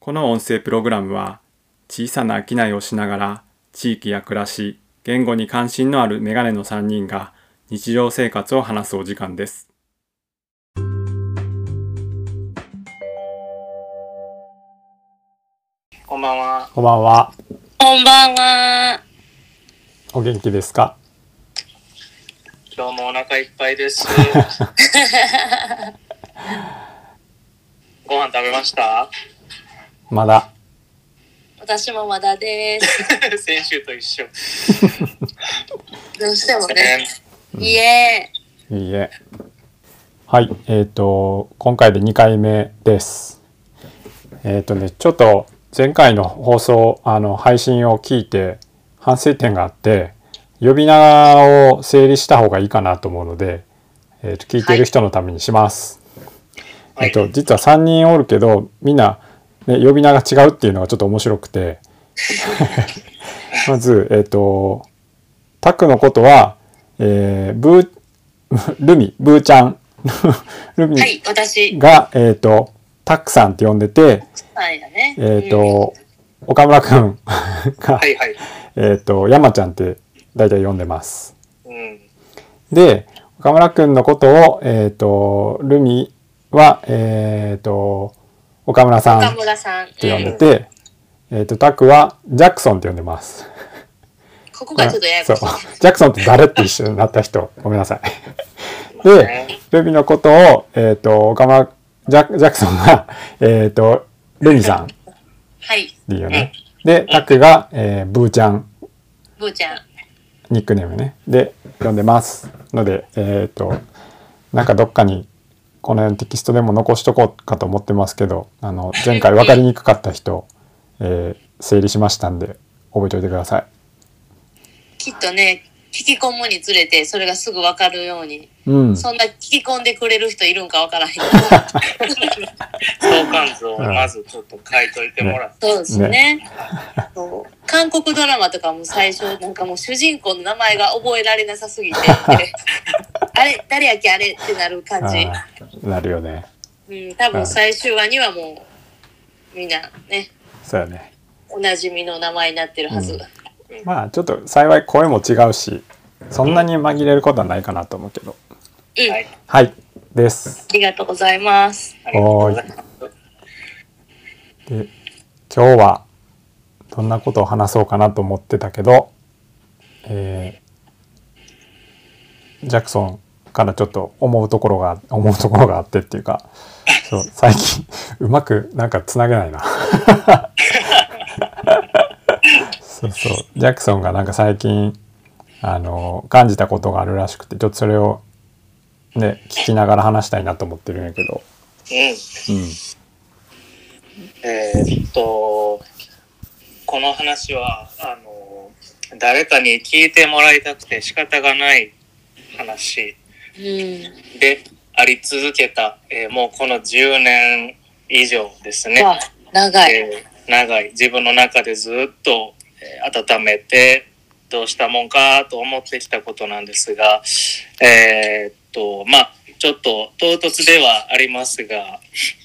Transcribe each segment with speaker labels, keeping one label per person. Speaker 1: この音声プログラムは小さな商いをしながら地域や暮らし、言語に関心のあるメガネの3人が日常生活を話すお時間です。
Speaker 2: こんばんは。
Speaker 1: こんばんは。
Speaker 3: こんばんは。
Speaker 1: お元気ですか
Speaker 2: 今日もお腹いっぱいです。 ご飯食べました
Speaker 1: まだ。
Speaker 3: 私もまだです。
Speaker 2: 先週と一緒。
Speaker 3: どうしても ね。いえ。
Speaker 1: いいえ。はい、えっ、と、今回で2回目です。えっ、とね、ちょっと前回の放送、あの、配信を聞いて反省点があって、呼び名を整理した方がいいかなと思うので、えーと聞いている人のためにします。
Speaker 2: は
Speaker 1: え
Speaker 2: い
Speaker 1: っ、と、実は3人おるけど、みんな、ね、呼び名が違うっていうのがちょっと面白くて、 まず、えっ、と、タクのことは、えー、ブー、ルミ、ブーちゃん、 ルミ
Speaker 3: はい、私。
Speaker 1: が、えっ、と、タクさんって呼んでて、
Speaker 3: はいだね。
Speaker 1: えっ、と、岡村くん が
Speaker 2: は、いはい。
Speaker 1: えっ、と、山ちゃんって大体呼んでます。
Speaker 2: うん。
Speaker 1: で、岡村くんのことを、えっ、と、ルミは、えっ、と、岡村
Speaker 3: う
Speaker 1: さ
Speaker 3: ん。
Speaker 1: ん
Speaker 3: 岡
Speaker 1: っ
Speaker 3: 村さん。うん
Speaker 1: て呼んでて、えっ、と、タクはジャクソンって呼んでます。
Speaker 3: ここがちょっとややこしい。
Speaker 1: そうジャクソンと誰って一緒になった人、ごめんな さい。で、ルミのことを、えっ、と、岡村ジャ、ジャクソンが、えっ、と、ルミさん
Speaker 3: はい。
Speaker 1: でいいよね。で、タクが、えーブーちゃん、
Speaker 3: ブーちゃん。
Speaker 1: ニックネームね。で、呼んでます。ので、えっ、と、なんかどっかに、この辺のテキストでも残しとこうかと思ってますけど、あの、前回分かりにくかった人、えー整理しましたんで、覚えておいてください。
Speaker 3: きっとね、聞き込むにつれて、それがすぐわかるように。
Speaker 1: うん。
Speaker 3: そんな聞き込んでくれる人いるんかわからへん。
Speaker 2: 相関図をまずちょっと書いといてもらって。
Speaker 3: そうですねそう韓国ドラマとかも最初、なんかもう主人公の名前が覚えられなさす ぎて、あれ、誰やっけあれってなる感じ。
Speaker 1: あーなるよね。
Speaker 3: うん、多
Speaker 1: はい
Speaker 3: 分最終話にはもう、みんなね、
Speaker 1: そうやね。
Speaker 3: おなじみの名前になってるはず。
Speaker 1: うんまあちょっと幸い声も違うしそんなに紛れることはないかなと思うけど
Speaker 3: うん、
Speaker 2: はい
Speaker 3: あ
Speaker 1: はいです
Speaker 3: りがとうございます。
Speaker 2: ありがとうございます。
Speaker 1: で今日はどんなことを話そうかなと思ってたけどえージャクソンからちょっと思うところが思うところがあってっていうかそう最近うまくなんかつなげないなそうそうジャクソンがなんか最近あの感じたことがあるらしくてちょっとそれをね聞きながら話したいなと思ってるんやけど、
Speaker 2: うん。
Speaker 1: うん、
Speaker 2: えーっと、この話は、あの、誰かに聞いてもらいたくて仕方がない話
Speaker 3: うん、
Speaker 2: であり続けた、えーもうこの10年以上ですね。
Speaker 3: わあ長い。
Speaker 2: えー長い自分の中でずっと、えー温めてどうしたもんかと思ってきたことなんですがえーっとまあちょっと唐突ではありますが、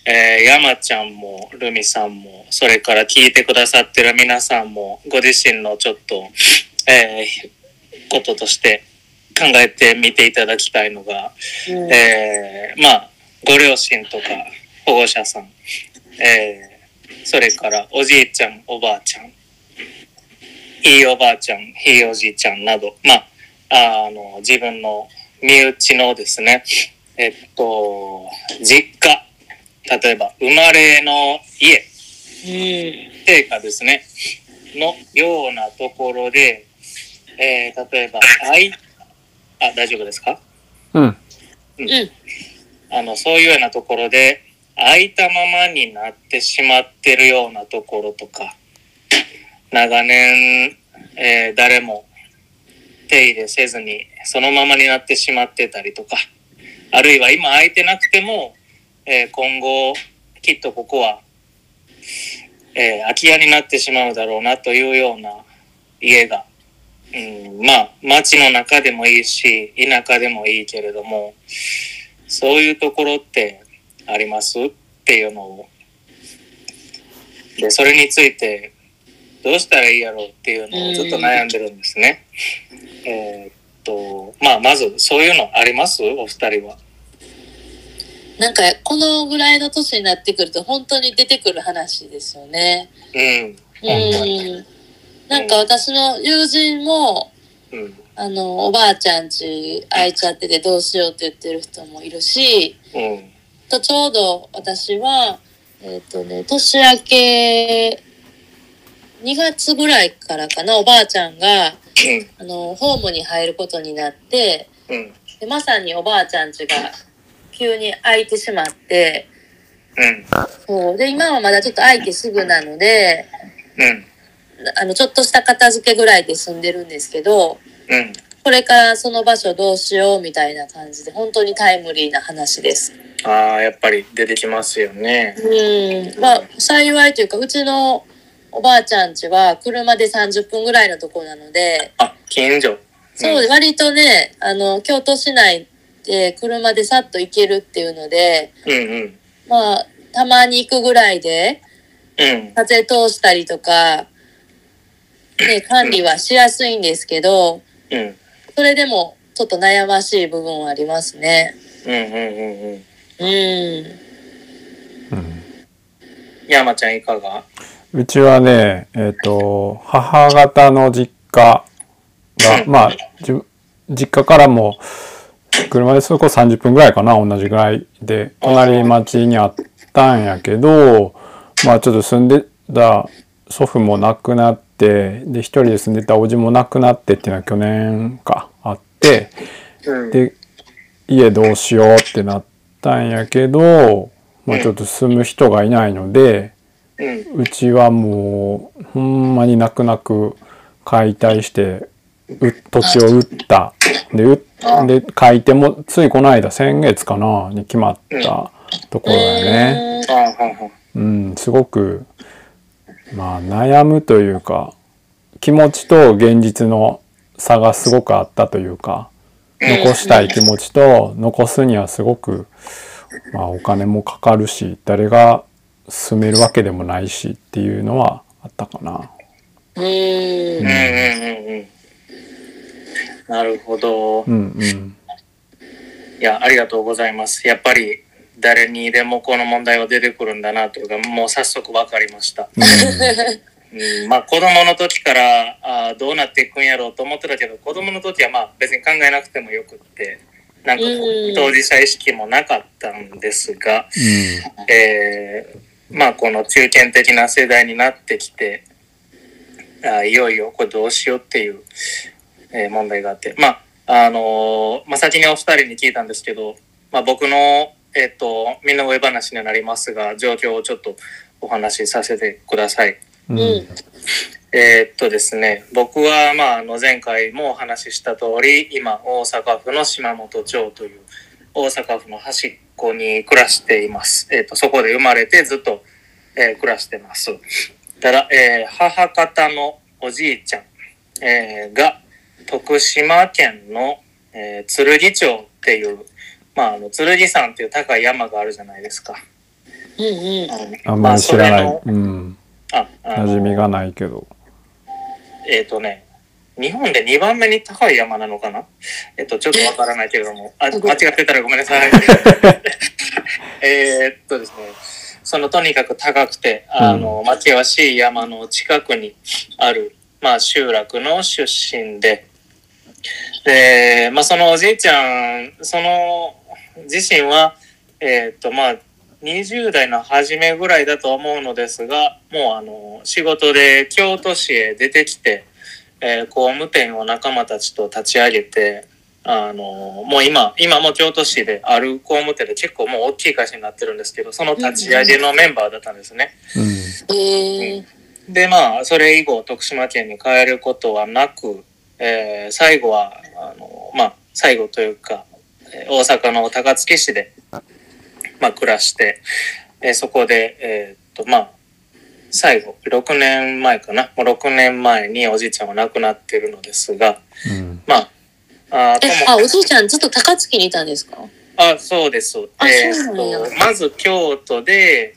Speaker 2: えー山ちゃんもルミさんもそれから聞いてくださってる皆さんもご自身のちょっと、えーこととして考えてみていただきたいのが
Speaker 3: うん
Speaker 2: えーまあご両親とか保護者さん、えーそれからおじいちゃんおばあちゃんいいおばあちゃんひいおじいちゃんなどまああの自分の身内のですねえっと実家例えば生まれの家
Speaker 3: うん、
Speaker 2: 定価ですね、のようなところで、えー例えば、愛、あ、大丈夫ですか
Speaker 1: うん。
Speaker 2: うん
Speaker 3: うん
Speaker 2: あの、そういうようなところで、空いたままになってしまってるようなところとか、長年、えー誰も手入れせずに、そのままになってしまってたりとか、あるいは今空いてなくても、えー今後、きっとここはえー空き家になってしまうだろうなというような家が、うん、まあ町の中でもいいし田舎でもいいけれどもそういうところってありますっていうのをで、それについて、どうしたらいいやろうっていうのをずっと悩んでるんですね。えーっと、まあ、まず、そういうのありますお二人は。
Speaker 3: なんかこのぐらいの年になってくると本当に出てくる話ですよね。
Speaker 2: うん。
Speaker 3: う
Speaker 1: うん
Speaker 3: ん。なんか私の友人も、
Speaker 2: うん。
Speaker 3: あの、おばあちゃんち空いちゃっててどうしようって言ってる人もいるし、
Speaker 2: うん。
Speaker 3: とちょうど私は、えっ、とね、年明け2月ぐらいからかな、おばあちゃんが、あの、ホームに入ることになって、
Speaker 2: うん。うん。
Speaker 3: でまさにおばあちゃんちが急に空いてしまって、
Speaker 2: うん。
Speaker 3: そう。で、今はまだちょっと空いてすぐなので、
Speaker 2: うん。
Speaker 3: あの、ちょっとした片付けぐらいで済んでるんですけど、
Speaker 2: うん。
Speaker 3: これからその場所どうしようみたいな感じで、本当にタイムリーな話です。
Speaker 2: ああ、やっぱり出てきますよね。
Speaker 3: うん。まあ、幸いというか、うちのおばあちゃんちは車で30分ぐらいのところなので、
Speaker 2: あ、近所。
Speaker 3: そうで、割とね、あの、京都市内で車でさっと行けるっていうので、
Speaker 2: うんうん。
Speaker 3: まあ、たまに行くぐらいで、
Speaker 2: うん。
Speaker 3: 風通したりとか、ね、管理はしやすいんですけど、
Speaker 2: うん。
Speaker 3: それでもちょっと悩ましい部分はありますね。
Speaker 2: うんうんうんうん。
Speaker 3: うん。
Speaker 1: うん
Speaker 2: 山ちゃんいかが
Speaker 1: うちはね、えっ、と、母方の実家が、まあ、じゅ実家からも、車でそれこそ30分ぐらいかな、同じぐらいで、隣町にあったんやけど、まあちょっと住んでた祖父も亡くなって、で、一人で住んでた叔父も亡くなってっていうのは去年か、あって、
Speaker 2: うん。
Speaker 1: で家どうしようってなったんやけど、まあ、ちょっと住む人がいないので
Speaker 2: うん。
Speaker 1: うちはもうほんまに泣く泣く解体してう土地を売ったでうで買い手もついこの間先月かなに決まったところだよね。
Speaker 3: ね。
Speaker 2: ああ、はいはい。
Speaker 1: うん、すごく、まあ、悩むというか気持ちと現実の差がすごくあったというか残したい気持ちと残すにはすごく、まあ、お金もかかるし誰が住めるわけでもないしっていうのはあったかな。
Speaker 3: うん。
Speaker 2: うんうんうんうん。なるほど。
Speaker 1: うんうん
Speaker 2: いや、ありがとうございます。やっぱり誰にでもこの問題は出てくるんだなというか、もう早速分かりました。うん、まあ子供の時からあーどうなっていくんやろうと思ってたけど、子供の時はまあ別に考えなくてもよくって、なんかこう
Speaker 3: うん
Speaker 2: 当事者意識もなかったんですが、えーまあこの中堅的な世代になってきて、あーいよいよこれどうしようっていう、えー問題があって、まあ、あのーまあ先にお二人に聞いたんですけど、まあ僕の、えっ、と、身の上話になりますが、状況をちょっとお話しさせてください。
Speaker 1: うんう
Speaker 3: うんん。
Speaker 2: えーっとですね、僕は、まあ、あの前回もお話しした通り、今、大阪府の島本町という、大阪府の端っこに暮らしています。えーっと、そこで生まれてずっと、えー暮らしてます。ただ、えー母方のおじいちゃん、えーが、徳島県の、えー、剣町っていう、まあ、あの、剣山っていう高い山があるじゃないですか。
Speaker 3: うん。
Speaker 1: あんまり知らな
Speaker 2: まあ
Speaker 1: い、うん、
Speaker 2: それのあ、あ
Speaker 1: 馴
Speaker 2: の
Speaker 1: 染みがないけど。
Speaker 2: えっ、とね、日本で2番目に高い山なのかなえっ、と、ちょっとわからないけれども、あ
Speaker 3: すごい
Speaker 2: 間違ってたらごめんな さい。えーっとですね、そのとにかく高くて、あの、ま険しい山の近くにある、まあ、集落の出身で、で、まあ、そのおじいちゃん、その、自身は、えーっと、まあ、20代の初めぐらいだと思うのですが、もうあの、仕事で京都市へ出てきて、えー工務店を仲間たちと立ち上げて、あの、もう今、今も京都市である工務店で結構もう大きい会社になってるんですけど、その立ち上げのメンバーだったんですね。
Speaker 1: う
Speaker 3: えー。
Speaker 2: でまあそれ以後徳島県に帰ることはなく、えー最後はあのまあ最後というかえー大阪の高槻市で、まあ、暮らして、えーそこでえーっとまあ最後6年前かなもう6年前におじいちゃんは亡くなってるのですが
Speaker 1: ん
Speaker 2: まああーと
Speaker 3: え
Speaker 2: も、
Speaker 3: あ、おじいちゃんずっと高槻にいたんですか
Speaker 2: あ、そうです。
Speaker 3: あ
Speaker 2: えー
Speaker 3: そうなんや
Speaker 2: とまず京都で、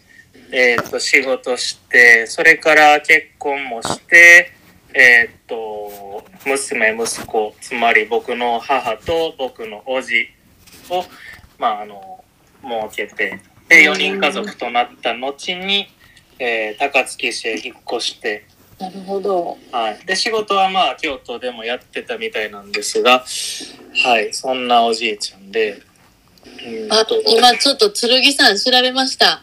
Speaker 2: ええーっと、仕事して、それから結婚もして、えーっと、娘、息子、つまり僕の母と僕の叔父を、まあ、あの、設けて、で、4人家族となった後に、えー高槻市へ引っ越して、
Speaker 3: なるほど。
Speaker 2: はい。で、仕事はまあ、京都でもやってたみたいなんですが、はい。そんなおじいちゃんで、うん
Speaker 3: あ、今ちょっと剣さん調べました。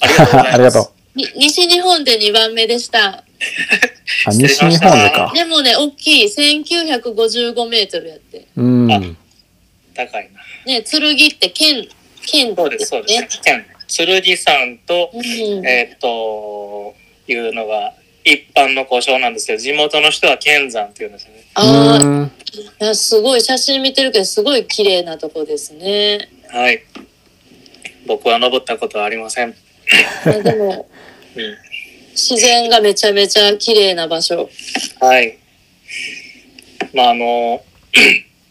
Speaker 2: ありがとうございます。
Speaker 1: ありがとう。
Speaker 3: に西日本で2番目でした。
Speaker 1: あ、
Speaker 2: 失礼し
Speaker 1: 西
Speaker 2: ま
Speaker 1: 日
Speaker 2: した
Speaker 1: 本でか。
Speaker 3: でもね、大きい。1955メートルやって。
Speaker 1: うん。
Speaker 2: あ高いな。
Speaker 3: ね、剣って剣、剣
Speaker 2: そ
Speaker 3: 道
Speaker 2: うです、そう
Speaker 3: ね
Speaker 2: で。す。剣剣さんと、
Speaker 3: うん、
Speaker 2: えーっと、いうのが一般の故障なんですけど、地元の人は剣山っていうんですよね。
Speaker 3: あー
Speaker 1: うん
Speaker 3: いやすごい写真見てるけどすごい綺麗なとこで すね。
Speaker 2: はい。僕は登ったことはありません。
Speaker 3: まあでも
Speaker 2: うん
Speaker 3: 自然がめちゃめちゃ綺麗な場所。
Speaker 2: はい。まあ、あの、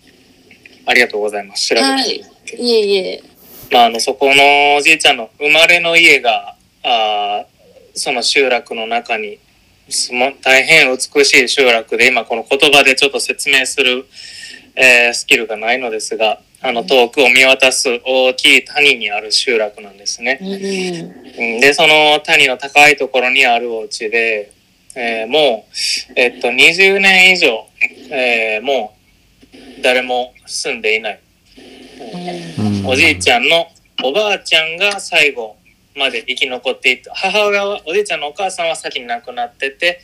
Speaker 2: ありがとうございます。調べて
Speaker 3: はい。いえいえ。
Speaker 2: まあ、あの、そこのおじいちゃんの生まれの家が、あーその集落の中に、すも大変美しい集落で、今この言葉でちょっと説明する、えースキルがないのですが、あの、遠くを見渡す大きい谷にある集落なんですね。
Speaker 3: うん。
Speaker 2: うんで、その谷の高いところにあるお家で、えーもう、えっと、20年以上、えーもう、誰も住んでいない。
Speaker 1: うん
Speaker 2: おじいちゃんのおばあちゃんが最後まで生き残っていた母親はおじいちゃんのお母さんは先に亡くなってて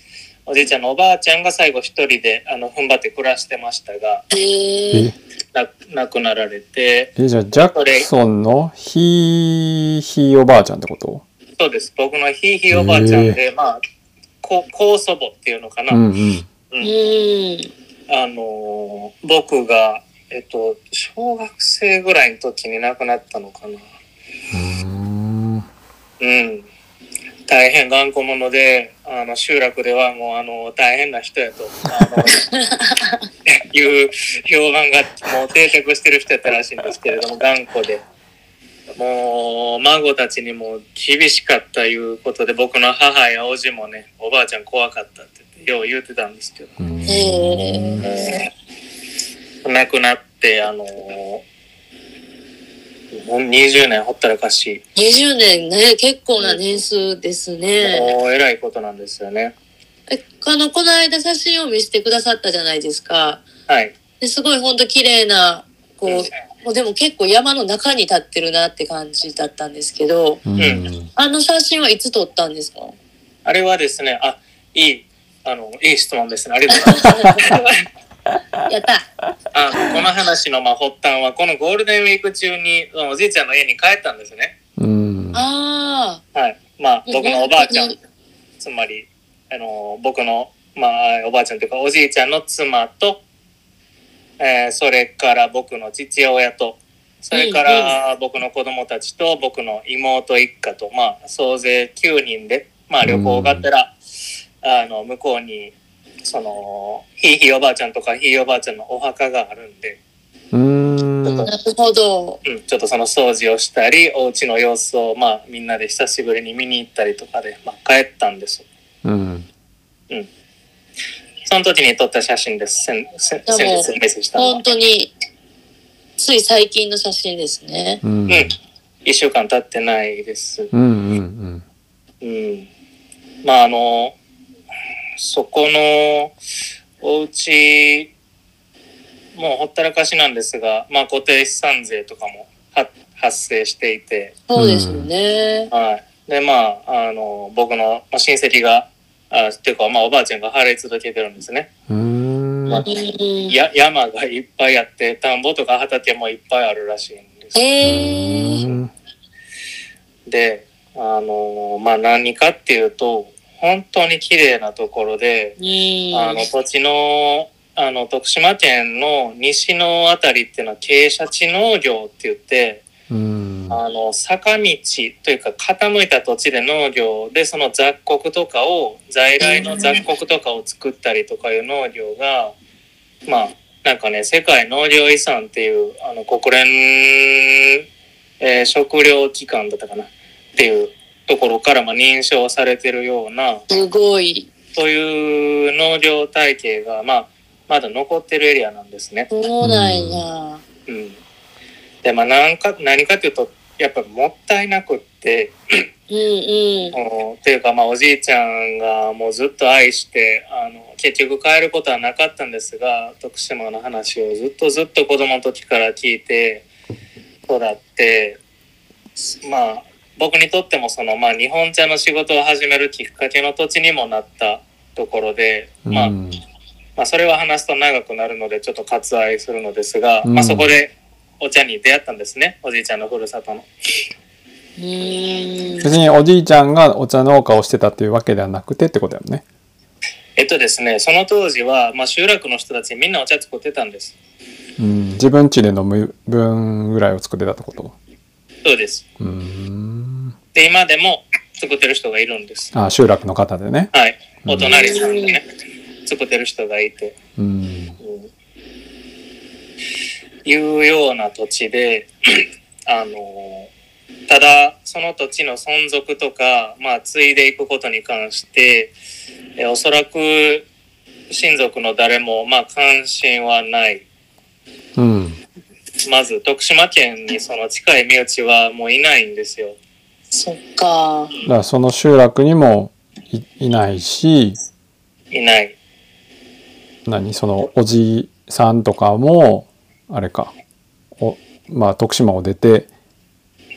Speaker 2: おじいちゃんのおばあちゃんが最後一人であの踏ん張って暮らしてましたが
Speaker 3: え
Speaker 1: え
Speaker 3: え。
Speaker 2: な亡くなられて
Speaker 1: え、じゃあ、ジャクソンのひい、ひいおばあちゃんってこと
Speaker 2: そうです僕のひいひいおばあちゃんで、まあこ高祖母っていうのかな、
Speaker 1: うんうん。
Speaker 3: うん。
Speaker 2: あのー僕がえっと小学生ぐらいの時に亡くなったのかな
Speaker 1: うん
Speaker 2: うん、大変頑固者であの集落ではもうあの大変な人やとあのいう評判がもう定着してる人やったらしいんですけれども頑固でもう孫たちにも厳しかったいうことで僕の母や叔父もねおばあちゃん怖かったって言ってよう言ってたんですけど、
Speaker 1: うん
Speaker 3: え
Speaker 2: えー亡くなってあのもう20年ほったらかし
Speaker 3: え。20年ね、結構な年数ですね。
Speaker 2: もうえらいことなんですよね。
Speaker 3: えあの、この間写真を見せてくださったじゃないですか。
Speaker 2: はい。
Speaker 3: ですごいほんと綺麗な、こう、もうでも結構山の中に立ってるなって感じだったんですけど、
Speaker 1: うん
Speaker 3: あの写真はいつ撮ったんですか
Speaker 2: あれはですね、あ、いい、あの、いい質問ですね。ありがとうございます。
Speaker 3: やった
Speaker 2: あこの話のまあ発端は、このゴールデンウィーク中に、そのおじいちゃんの家に帰ったんですね。
Speaker 1: うん。
Speaker 3: あ
Speaker 2: はい。まあ、
Speaker 3: うん
Speaker 2: 僕のおばあちゃん
Speaker 3: うん、
Speaker 2: つまり、あの、僕の、まあ、おばあちゃんというか、おじいちゃんの妻と、えーそれから僕の父親と、それから僕の子供たちと僕の妹一家と、まあ、総勢9人で、まあ、旅行がてら、あの、向こうに、その、ひいひいおばあちゃんとかひいおばあちゃんのお墓があるんで、
Speaker 1: うん。
Speaker 3: あ、なるほど。
Speaker 2: うん、ちょっとその掃除をしたり、お家の様子を、まあ、みんなで久しぶりに見に行ったりとかで、まあ、帰ったんです。
Speaker 1: うん。
Speaker 2: その時に撮った写真です。先先
Speaker 3: でも
Speaker 2: 先日メッセージしたのは
Speaker 3: 本。当に、つい最近の写真ですね。
Speaker 1: うん。
Speaker 2: うん。一週間経ってないです。
Speaker 1: うんうん
Speaker 2: うん。まあ、あの、そこのお家、もうほったらかしなんですが、まあ、固定資産税とかもは発生していて、
Speaker 3: そうですよね。
Speaker 2: はい。で、まあ、あの、僕のまあ親戚が、あっていうか、まあ、おばあちゃんが払い続けてるんですね。
Speaker 1: うん。う
Speaker 2: まあ
Speaker 1: ん。
Speaker 3: うん
Speaker 2: や、山がいっぱいあって、田んぼとか畑もいっぱいあるらしいんです。
Speaker 3: ええ
Speaker 2: で、あの、まあ、何かっていうと、本当に綺麗なところで、
Speaker 3: うん。
Speaker 2: あの、土地の、あの、徳島県の西のあたりっていうのは、傾斜地農業って言って、
Speaker 1: うん。
Speaker 2: あの坂道というか傾いた土地で農業でその雑穀とかを在来の雑穀とかを作ったりとかいう農業がまあなんかね世界農業遺産っていうあの国連、えー食糧機関だったかなっていうところからまあ認証されてるような、
Speaker 3: すごい。
Speaker 2: そういう農業体系が、まあ、まだ残ってるエリアなんですね。
Speaker 3: そうなんや。
Speaker 2: うん。で、まあ、なんか、何かというと、やっぱもったいなくって、
Speaker 3: うんうん。
Speaker 2: おっていうか、まあ、おじいちゃんがもうずっと愛して、あの、結局帰ることはなかったんですが、徳島の話をずっとずっと子供の時から聞いて、育って、まあ、僕にとってもその、まあ、日本茶の仕事を始めるきっかけの土地にもなったところで、まあ、
Speaker 1: うん
Speaker 2: まあ、それは話すと長くなるのでちょっと割愛するのですが、
Speaker 1: うん
Speaker 2: まあ、そこでお茶に出会ったんですねおじいちゃんのふるさとの。
Speaker 3: うーん。
Speaker 1: 別におじいちゃんがお茶農家をしてたっていうわけではなくてってことだよね。
Speaker 2: えっとですねその当時は、まあ、集落の人たちみんなお茶作ってたんです。
Speaker 1: うん、自分家で飲む分ぐらいを作ってたってこと。
Speaker 2: そうです
Speaker 1: うーん。
Speaker 2: で今でも作ってる人がいるんです。
Speaker 1: あ、集落の方でね。
Speaker 2: はい、お隣さんでね、作ってる人がいて、
Speaker 1: うん。
Speaker 2: うんいうような土地であのただその土地の存続とか、まあ、継いでいくことに関してえおそらく親族の誰も、まあ、関心はない
Speaker 1: うん。
Speaker 2: まず徳島県にその近い身内はもういないんですよ
Speaker 3: そっか。
Speaker 1: だからその集落にもいいないし、
Speaker 2: いない
Speaker 1: 何そのおじいさんとかもあれかおまあ徳島を出て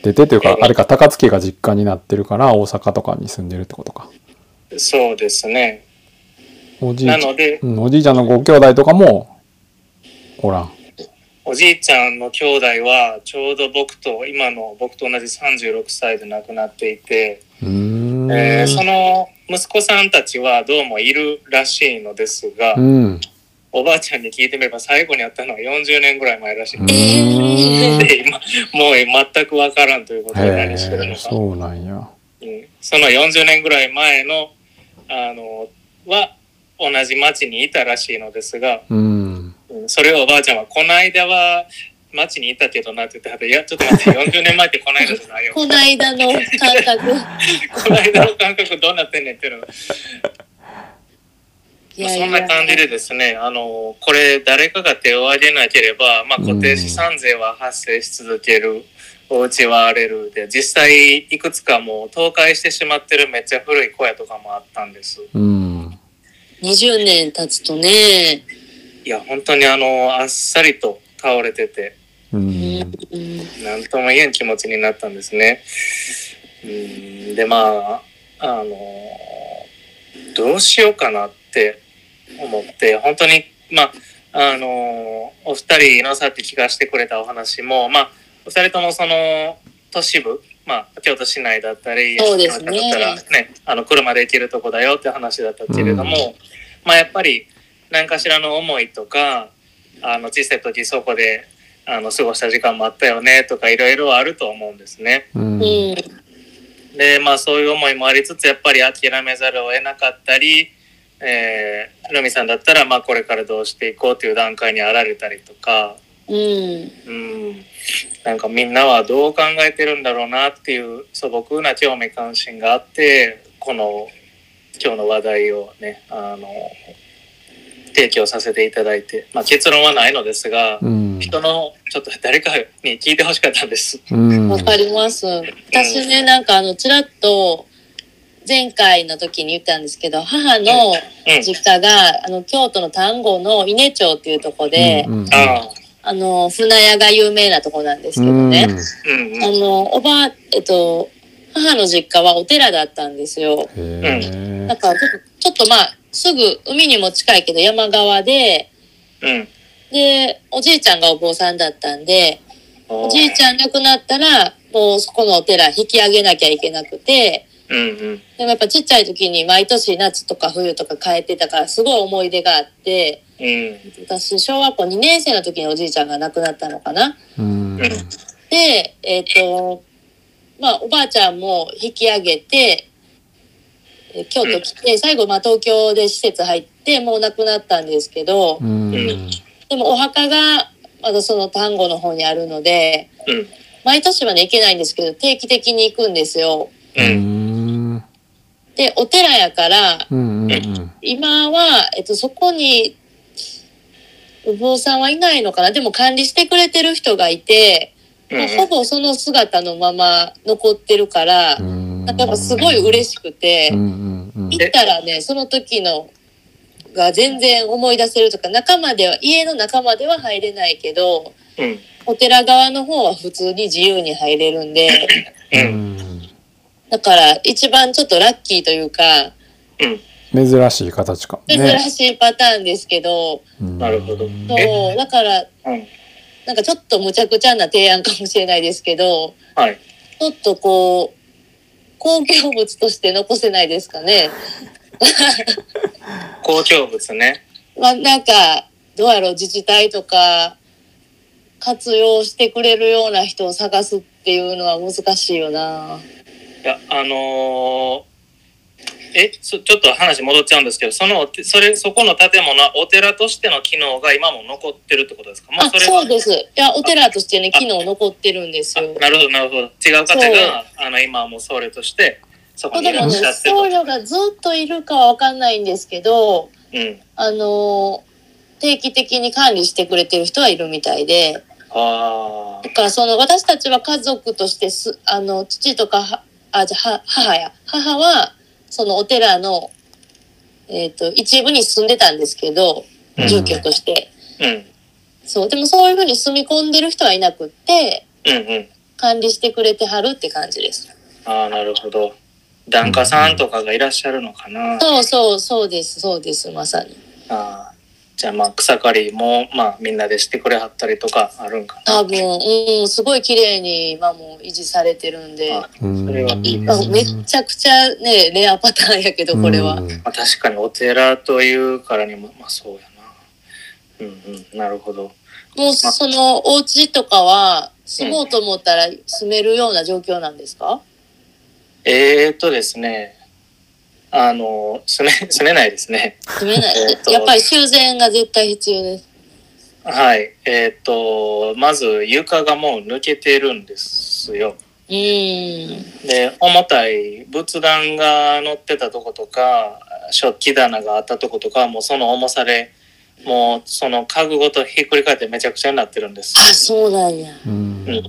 Speaker 1: 出てというかあれか高槻が実家になってるから大阪とかに住んでるってことか
Speaker 2: そうですね
Speaker 1: おじいちゃ、
Speaker 2: なんので
Speaker 1: うん、おじいちゃんのご兄弟とかもおらん
Speaker 2: おじいちゃんの兄弟はちょうど僕と今の僕と同じ36歳で亡くなっていて、
Speaker 1: うーん、
Speaker 2: えーその息子さんたちはどうもいるらしいのですが、
Speaker 1: うん
Speaker 2: おばあちゃんに聞いてみれば最後に会ったのは40年ぐらい前らしい、
Speaker 1: うん
Speaker 2: で
Speaker 3: え ー
Speaker 2: 今もう全くわからんということで
Speaker 1: へ
Speaker 2: 何してるの
Speaker 1: え
Speaker 2: かそ,、
Speaker 1: そうなんや
Speaker 2: うん、その40年ぐらい前のあのは同じ町にいたらしいのですが、
Speaker 1: うん
Speaker 2: うんそれをおばあちゃんはこの間は町にいたけどなって言っていやちょっと待 って40年前ってこの間じゃないよ
Speaker 3: こないだの感 覚。
Speaker 2: この間の感覚どうなってんねんっていうのが
Speaker 3: い
Speaker 2: まあそんな感じでですね、あの、これ誰かが手を挙げなければ、まあ固定資産税は発生し続ける、お家は荒れるで、実際いくつかもう倒壊してしまってるめっちゃ古い小屋とかもあったんです。
Speaker 1: うん
Speaker 3: 20年経つとね。
Speaker 2: いや、本当にあの、あっさりと倒れてて、
Speaker 1: う
Speaker 3: うんん。うん
Speaker 2: なんとも言えん気持ちになったんですね。うん、で、まあ、あの、どうしようかなって思って、本当に、まあ、あの、お二人のさっき聞かせてくれたお話も、まあ、お二人ともその、都市部、まあ、京都市内だったり、
Speaker 3: そうですね
Speaker 2: だったらね、あの、車で行けるとこだよって話だったけれども、
Speaker 1: う
Speaker 2: まあ、やっぱり、何かしらの思いとか、あの、小さい時そこであの過ごした時間もあったよねとかいろいろあると思うんですね。
Speaker 1: うん
Speaker 3: うん。
Speaker 2: でまあそういう思いもありつつやっぱり諦めざるを得なかったり、えー、ルミさんだったらまあこれからどうしていこうという段階にあられたりとか、
Speaker 3: うん。
Speaker 2: うん、なんかみんなはどう考えてるんだろうなっていう素朴な興味関心があってこの今日の話題をねあの提供させていただいて、まあ、結論はないのですが、
Speaker 1: うん
Speaker 2: 人のちょっと誰かに聞いてほしかったんです。
Speaker 1: うん
Speaker 3: わかります。私ね、なんかあの、ちらっと、前回の時に言ったんですけど、母の
Speaker 2: うん。
Speaker 3: 実家が、あの、京都の丹後の伊根町っていうとこで、
Speaker 1: うんうん
Speaker 2: ああ、
Speaker 3: あの、船屋が有名なとこなんですけどね。
Speaker 2: うんうん。
Speaker 3: あ
Speaker 2: うん
Speaker 3: の、おばあ、えっと、母の実家はお寺だったんですよ。
Speaker 1: うんへえ
Speaker 3: だからちょっと、ちょっとまあ、すぐ海にも近いけど山側で、で、おじいちゃんがお坊さんだったんで、おじいちゃん亡くなったら、もうそこのお寺引き上げなきゃいけなくて、
Speaker 2: ゃん。うんうん。
Speaker 3: でもやっぱちっちゃい時に毎年夏とか冬とか帰ってたからすごい思い出があって、
Speaker 2: うん。
Speaker 3: 私小学校2年生の時におじいちゃんが亡くなったのかな。
Speaker 1: うん
Speaker 3: で、えっ、と、まあおばあちゃんも引き上げて、え京都来て、最後まあ東京で施設入って、もう亡くなったんですけど
Speaker 1: う、ん
Speaker 3: でもお墓がまだその丹後の方にあるので、
Speaker 2: うん。
Speaker 3: 毎年まで行けないんですけど、定期的に行くんですよ。
Speaker 2: うん。
Speaker 3: で、お寺やから、
Speaker 1: うんうんうん。
Speaker 3: 今は、えっと、そこに、お坊さんはいないのかなでも管理してくれてる人がいて、
Speaker 2: うんうん
Speaker 3: ほぼその姿のまま残ってるから、
Speaker 1: うん
Speaker 3: なんかやっぱすごい嬉しくて、
Speaker 1: うんうんうん。
Speaker 3: 行ったらね、その時のが全然思い出せるとか、中までは、家の中までは入れないけど、
Speaker 2: うん
Speaker 3: お寺側の方は普通に自由に入れる んで、
Speaker 2: うん
Speaker 3: だから一番ちょっとラッキーというか、
Speaker 2: うん
Speaker 1: うん珍しい形か。
Speaker 3: 珍
Speaker 1: ね。
Speaker 3: しいパターンですけど、
Speaker 1: うん
Speaker 2: なるほど
Speaker 3: そう、だから、
Speaker 2: うん
Speaker 3: なんかちょっと無茶苦茶な提案かもしれないですけど、
Speaker 2: はい
Speaker 3: ちょっとこう、公共物として残せないですかね。
Speaker 2: 公共物ね
Speaker 3: まあなんか、どうやろう、自治体とか、活用してくれるような人を探すっていうのは難しいよな。
Speaker 2: いやあのーえそちょっと話戻っちゃうんですけどそのおてそれそこの建物はお寺としての機能が今も残ってるってことですかも
Speaker 3: あ、
Speaker 2: れ
Speaker 3: そうです。いや、お寺としてね、機能残ってるんです
Speaker 2: あ
Speaker 3: よ。
Speaker 2: なるほどなるほど違う方があの今はもう僧侶としてそこに
Speaker 3: で
Speaker 2: いら
Speaker 3: も
Speaker 2: っ
Speaker 3: ね
Speaker 2: しゃってる
Speaker 3: 僧侶がずっといるかは分かんないんですけど
Speaker 2: うん
Speaker 3: あの定期的に管理してくれてる人はいるみたいで
Speaker 2: あ
Speaker 3: だからその私たちは家族としてすあの父とかはあじゃあは母や母はそのお寺の、えー、と一部に住んでたんですけど
Speaker 2: うん
Speaker 3: 住居として、
Speaker 2: ーうん
Speaker 3: そうでもそういうふうに住み込んでる人はいなくって
Speaker 2: うんうん
Speaker 3: 管理してくれてはるって感じです
Speaker 2: ああなるほど檀家さんとかがいらっしゃるのかな、あ
Speaker 3: そうそうそうですそうですまさに
Speaker 2: あじゃあまあ草刈りもまあみんなでしてくれはったりとかあるんかな
Speaker 3: 多分、うん、すごい綺麗に今も維持されてるんで、
Speaker 2: あ
Speaker 1: うん
Speaker 2: それはいいで
Speaker 3: あめっちゃくちゃね、レアパターンやけど、これは。
Speaker 2: まあ、確かにお寺というからにもまあそうやなうんうんなるほど
Speaker 3: もう、その、お家とかは、住もうと思ったら住めるような状況なんですか
Speaker 2: えー、っとですねあの住め住めない ですね
Speaker 3: 住めない
Speaker 2: えーっ。と
Speaker 3: やっぱり修繕が絶対必要です。
Speaker 2: はい、えーっ、と、まず床がもう抜けてるんですよ。
Speaker 3: うーん。
Speaker 2: で、重たい仏壇が乗ってたとことか、食器棚があったとことかはもうその重さで、もうその家具ごとひっくり返ってめちゃくちゃになってるんです。
Speaker 3: あ、そうなんや。
Speaker 1: うん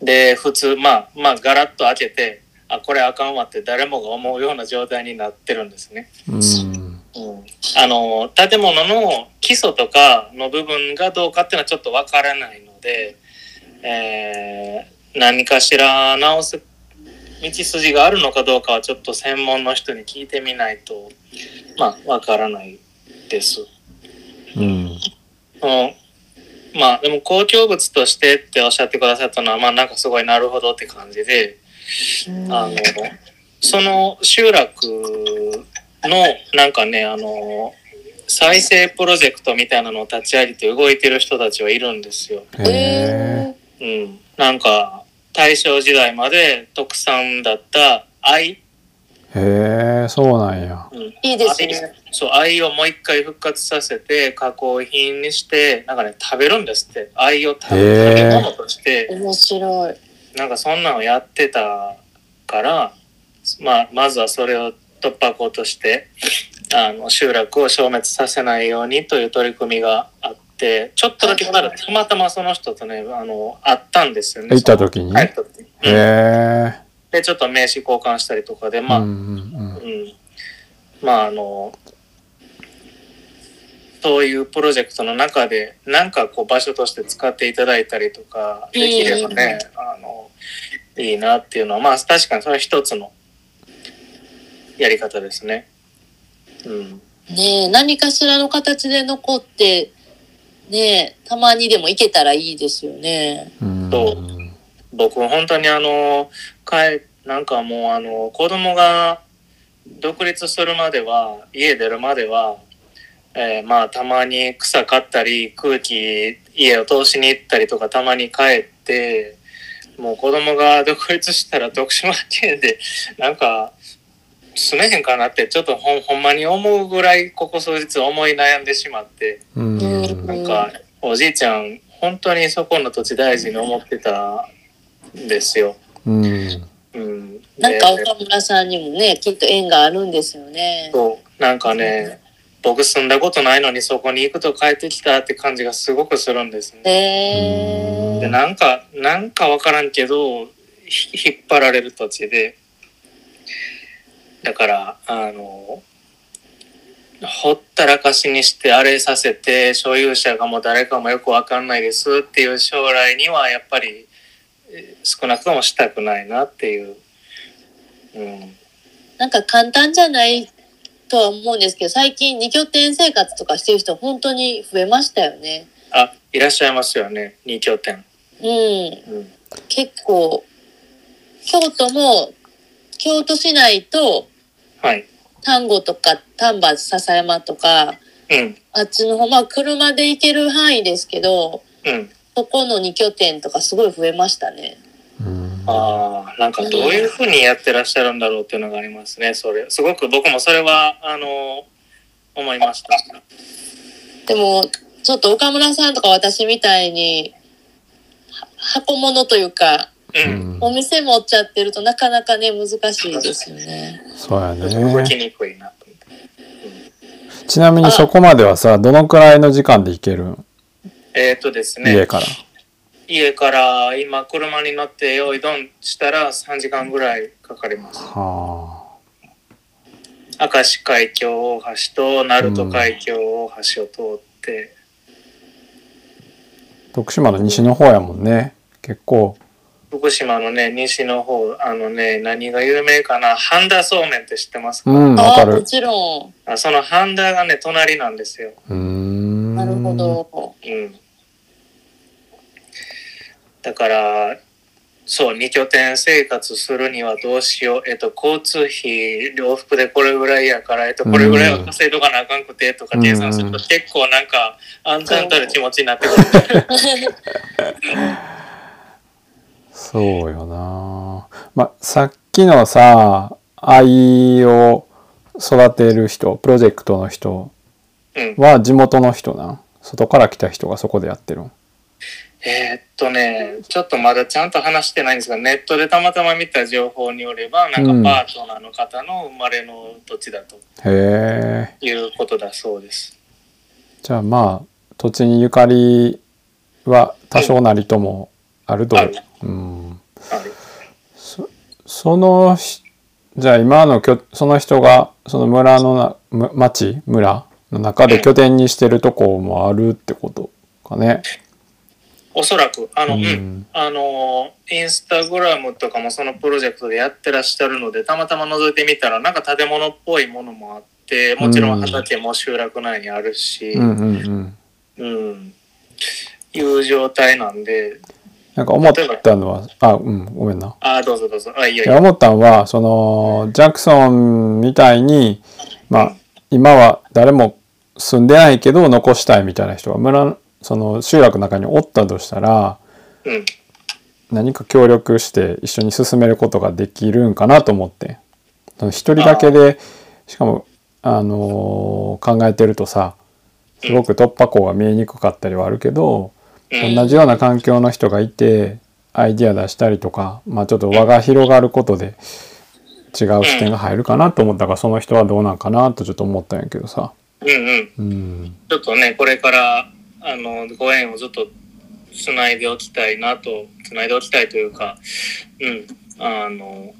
Speaker 2: で、普通、まあ、まあ、ガラッと開けて、あ、これあかんわって誰もが思うような状態になってるんですね。
Speaker 1: うん
Speaker 2: うんあの建物の基礎とかの部分がどうかっていうのはちょっとわからないので、えー何かしら直す道筋があるのかどうかはちょっと専門の人に聞いてみないとまあわからないです。
Speaker 1: うん
Speaker 2: うんまあでも公共物としてっておっしゃってくださったのはまあなんかすごいなるほどって感じで。
Speaker 3: うん
Speaker 2: あの、その集落の、なんかね、あの、再生プロジェクトみたいなのを立ち上げて動いてる人たちはいるんですよ。
Speaker 1: へえ
Speaker 2: う
Speaker 3: え
Speaker 2: ん。なんか、大正時代まで特産だった藍、
Speaker 1: へえそうなんや
Speaker 2: うん、
Speaker 3: ー、いいですね。
Speaker 2: そう、藍をもう一回復活させて、加工品にして、なんかね、食べるんですって。藍を食べ,、
Speaker 1: へー
Speaker 2: 食べ物として、
Speaker 3: 面白い。
Speaker 2: なんかそんなのやってたから、まあ、まずはそれを突破口としてあの集落を消滅させないようにという取り組みがあってちょっとだけまだたまたまその人とねあの会ったんですよね。
Speaker 1: 行った時に
Speaker 2: その帰った時に
Speaker 1: へえ
Speaker 2: でちょっと名刺交換したりとかで
Speaker 1: う
Speaker 2: まあ、うん
Speaker 1: ん
Speaker 2: まああのそういうプロジェクトの中でなんかこう場所として使っていただいたりとかできればね、あのいいなっていうのはまあ確かにそれは一つのやり方ですね。うん、
Speaker 3: ねえ何かしらの形で残って、ねえたまにでも行けたらいいですよね。
Speaker 1: うん
Speaker 2: そう僕本当にあの帰なんかもうあの子供が独立するまでは家出るまでは、えーまあたまに草刈ったり空気家を通しに行ったりとかたまに帰ってもう子供が独立したら徳島県で なんか住めへんかなってちょっとほんほんまに思うぐらいここ数日思い悩んでしまって。
Speaker 1: うん
Speaker 3: うん
Speaker 2: なんか、おじいちゃん、本当にそこの土地大事に思ってたんですよ。
Speaker 1: うん
Speaker 2: うん。
Speaker 3: なんか岡村さんにもね、きっと縁があるんですよね。
Speaker 2: そう、なんかね、僕住んだことないのにそこに行くと帰ってきたって感じがすごくするんですね。
Speaker 3: へ
Speaker 2: で、
Speaker 3: ー。
Speaker 2: なんか、なんかわからんけど、ひ引っ張られる土地で、だから、あの、ほったらかしにしてあれさせて、所有者がもう誰かもよくわかんないですっていう将来には、やっぱりえー少なくともしたくないなっていう。うん。
Speaker 3: なんか簡単じゃないとは思うんですけど、最近二拠点生活とかしてる人本当に増えましたよね。
Speaker 2: あ、いらっしゃいますよね、二拠点。
Speaker 3: うん。
Speaker 2: うん。
Speaker 3: 結構、京都も、京都市内と
Speaker 2: はい。
Speaker 3: 丹後とか丹波篠山とか、
Speaker 2: うん。
Speaker 3: あっちの方、まあ車で行ける範囲ですけど、
Speaker 2: うん。
Speaker 3: そこの2拠点とかすごい増えましたね。
Speaker 1: うん
Speaker 2: ああ、なんかどういうふうにやってらっしゃるんだろうっていうのがありますね、それ。すごく僕もそれは、あの、思いました。
Speaker 3: でも、ちょっと岡村さんとか私みたいに、は箱物というか、
Speaker 2: う。
Speaker 1: うんん
Speaker 3: お店持っちゃってるとなかなかね、難しいですよね。
Speaker 1: そうや
Speaker 2: ちょっと動き
Speaker 1: ね
Speaker 2: にくいなと思って。
Speaker 1: ちなみにそこまではさどのくらいの時間で行けるん
Speaker 2: えっ、とです
Speaker 1: 家
Speaker 2: ね、
Speaker 1: から
Speaker 2: 家から今車に乗って用意ドンしたら3時間ぐらいかかります。
Speaker 1: は
Speaker 2: 明石海峡大橋と鳴門海峡大橋を通って、
Speaker 1: あ徳島の西の方やもんね結構
Speaker 2: 福島のね、西の方、あのね、何が有名かな、半田そうめんって知ってますか、
Speaker 1: うんわ
Speaker 3: あ
Speaker 1: か
Speaker 3: あ、も
Speaker 1: る
Speaker 3: ちろ
Speaker 2: あその半田がね、隣なんですよ。
Speaker 1: うーん
Speaker 3: ん。なるほど。
Speaker 2: うん。だから、そう、二拠点生活するにはどうしよう。えっと、交通費、両服でこれぐらいやから、えっと、これぐらいは稼いとかなあかんくて、とか計算すると
Speaker 1: うん
Speaker 2: 結構なんか、暗淡たる気持ちになってくる。
Speaker 1: そうよなまあさっきのさ愛を育てる人プロジェクトの人
Speaker 2: うん。
Speaker 1: は地元の人なん外から来た人がそこでやってるん
Speaker 2: えーっとね、ちょっとまだちゃんと話してないんですが、ネットでたまたま見た情報によれば、な
Speaker 1: うん
Speaker 2: んかパートナーの方の生まれの土地だと
Speaker 1: へえ
Speaker 2: いうことだそうです。
Speaker 1: じゃあまあ土地にゆかりは多少なりともあると、
Speaker 2: ある
Speaker 1: うん、
Speaker 2: はい。
Speaker 1: そのひじゃあ今のきょその人がその村のなむ町村の中で拠点にしてるとこもあるってことかね。
Speaker 2: おそらく、あの、
Speaker 1: う
Speaker 2: うんん、あの、インスタグラムとかもそのプロジェクトでやってらっしゃるので、たまたま覗いてみたら、なんか建物っぽいものもあって、もちろん畑も集落内にあるし、
Speaker 1: う
Speaker 2: うん
Speaker 1: ん、うんうん
Speaker 2: うん、いう状態なんで、
Speaker 1: なんか思ったのはあうんごめんな。
Speaker 2: ああ、どうぞどうぞ、あ、いやい
Speaker 1: いや
Speaker 2: や、
Speaker 1: 思ったのはそのジャクソンみたいにまあ今は誰も住んでないけど残したいみたいな人が村その集落の中におったとしたら
Speaker 2: うん。
Speaker 1: 何か協力して一緒に進めることができるんかなと思ってその一人だけでしかも、あのー考えてるとさすごく突破口が見えにくかったりはあるけど、
Speaker 2: うん
Speaker 1: 同じような環境の人がいてアイディア出したりとか、まあ、ちょっと輪が広がることで違う視点が入るかなと思ったからその人はどうなんかなとちょっと思ったんやけどさ。
Speaker 2: うんうん。
Speaker 1: うん、
Speaker 2: ちょっとね、これから、あの、ご縁をずっとつないでおきたいなと、つないでおきたいというか、うん、あの、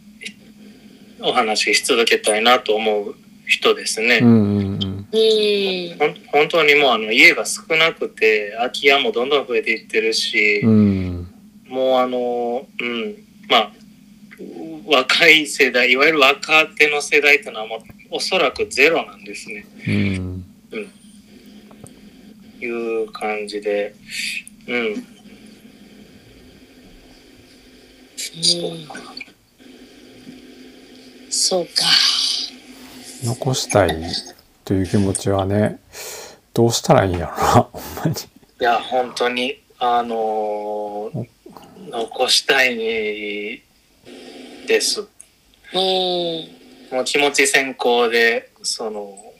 Speaker 2: お話しし続けたいなと思う人ですね。
Speaker 1: うんうんうん
Speaker 3: うん。
Speaker 2: ほん本当にもうあの家が少なくて空き家もどんどん増えていってるし、
Speaker 1: うん
Speaker 2: もうあのうんまあ若い世代いわゆる若手の世代っていうのはもうおそらくゼロなんですね
Speaker 1: うん
Speaker 2: いう感じでうんそうか
Speaker 3: そうか。
Speaker 1: 残したいという気持ちはねどうしたらいいんやろなほんまに
Speaker 2: いや本当にあのー残したいです
Speaker 3: うん。
Speaker 2: もう気持ち先行で、その、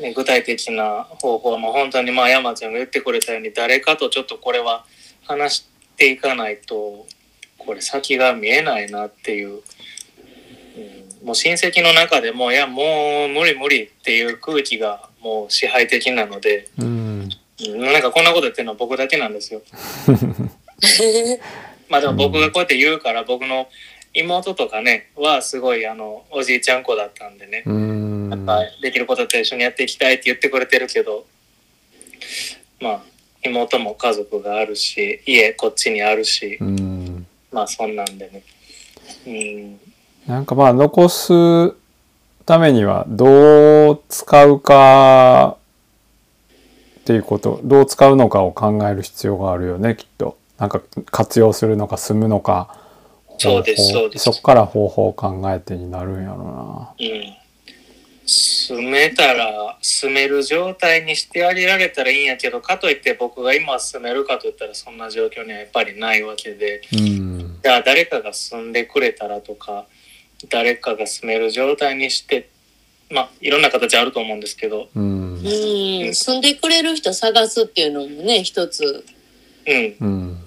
Speaker 2: ね、具体的な方法は、まあ、本当にまあ山ちゃんが言ってくれたように、誰かとちょっとこれは話していかないと、これ先が見えないなっていうもう親戚の中でも、いや、もう無理無理っていう空気がもう支配的なので、
Speaker 1: うん。
Speaker 2: うんなんかこんなこと言ってるのは僕だけなんですよ。まあでも僕がこうやって言うから、僕の妹とかね、はすごいあの、おじいちゃん子だったんでね、
Speaker 1: うん。
Speaker 2: なんかできることって一緒にやっていきたいって言ってくれてるけど、まあ、妹も家族があるし、家こっちにあるし、
Speaker 1: うん。
Speaker 2: まあそんなんでね。うん、
Speaker 1: なんかまあ残すためにはどう使うかっていうことどう使うのかを考える必要があるよねきっとなんか活用するのか住むのか
Speaker 2: そうで
Speaker 1: 方法
Speaker 2: すそうです
Speaker 1: そっから方法を考えてになるんやろ
Speaker 2: うん。住めたら、住める状態にしてあげられたらいいんやけど、かといって僕が今住めるかといったらそんな状況にはやっぱりないわけで、
Speaker 1: うなうん
Speaker 2: じゃあ誰かが住んでくれたらとか、誰かが住める状態にして、まあいろんな形あると思うんですけど、
Speaker 1: うん
Speaker 3: うん、住んでくれる人探すっていうのもね、一つ。
Speaker 2: うん。
Speaker 1: うん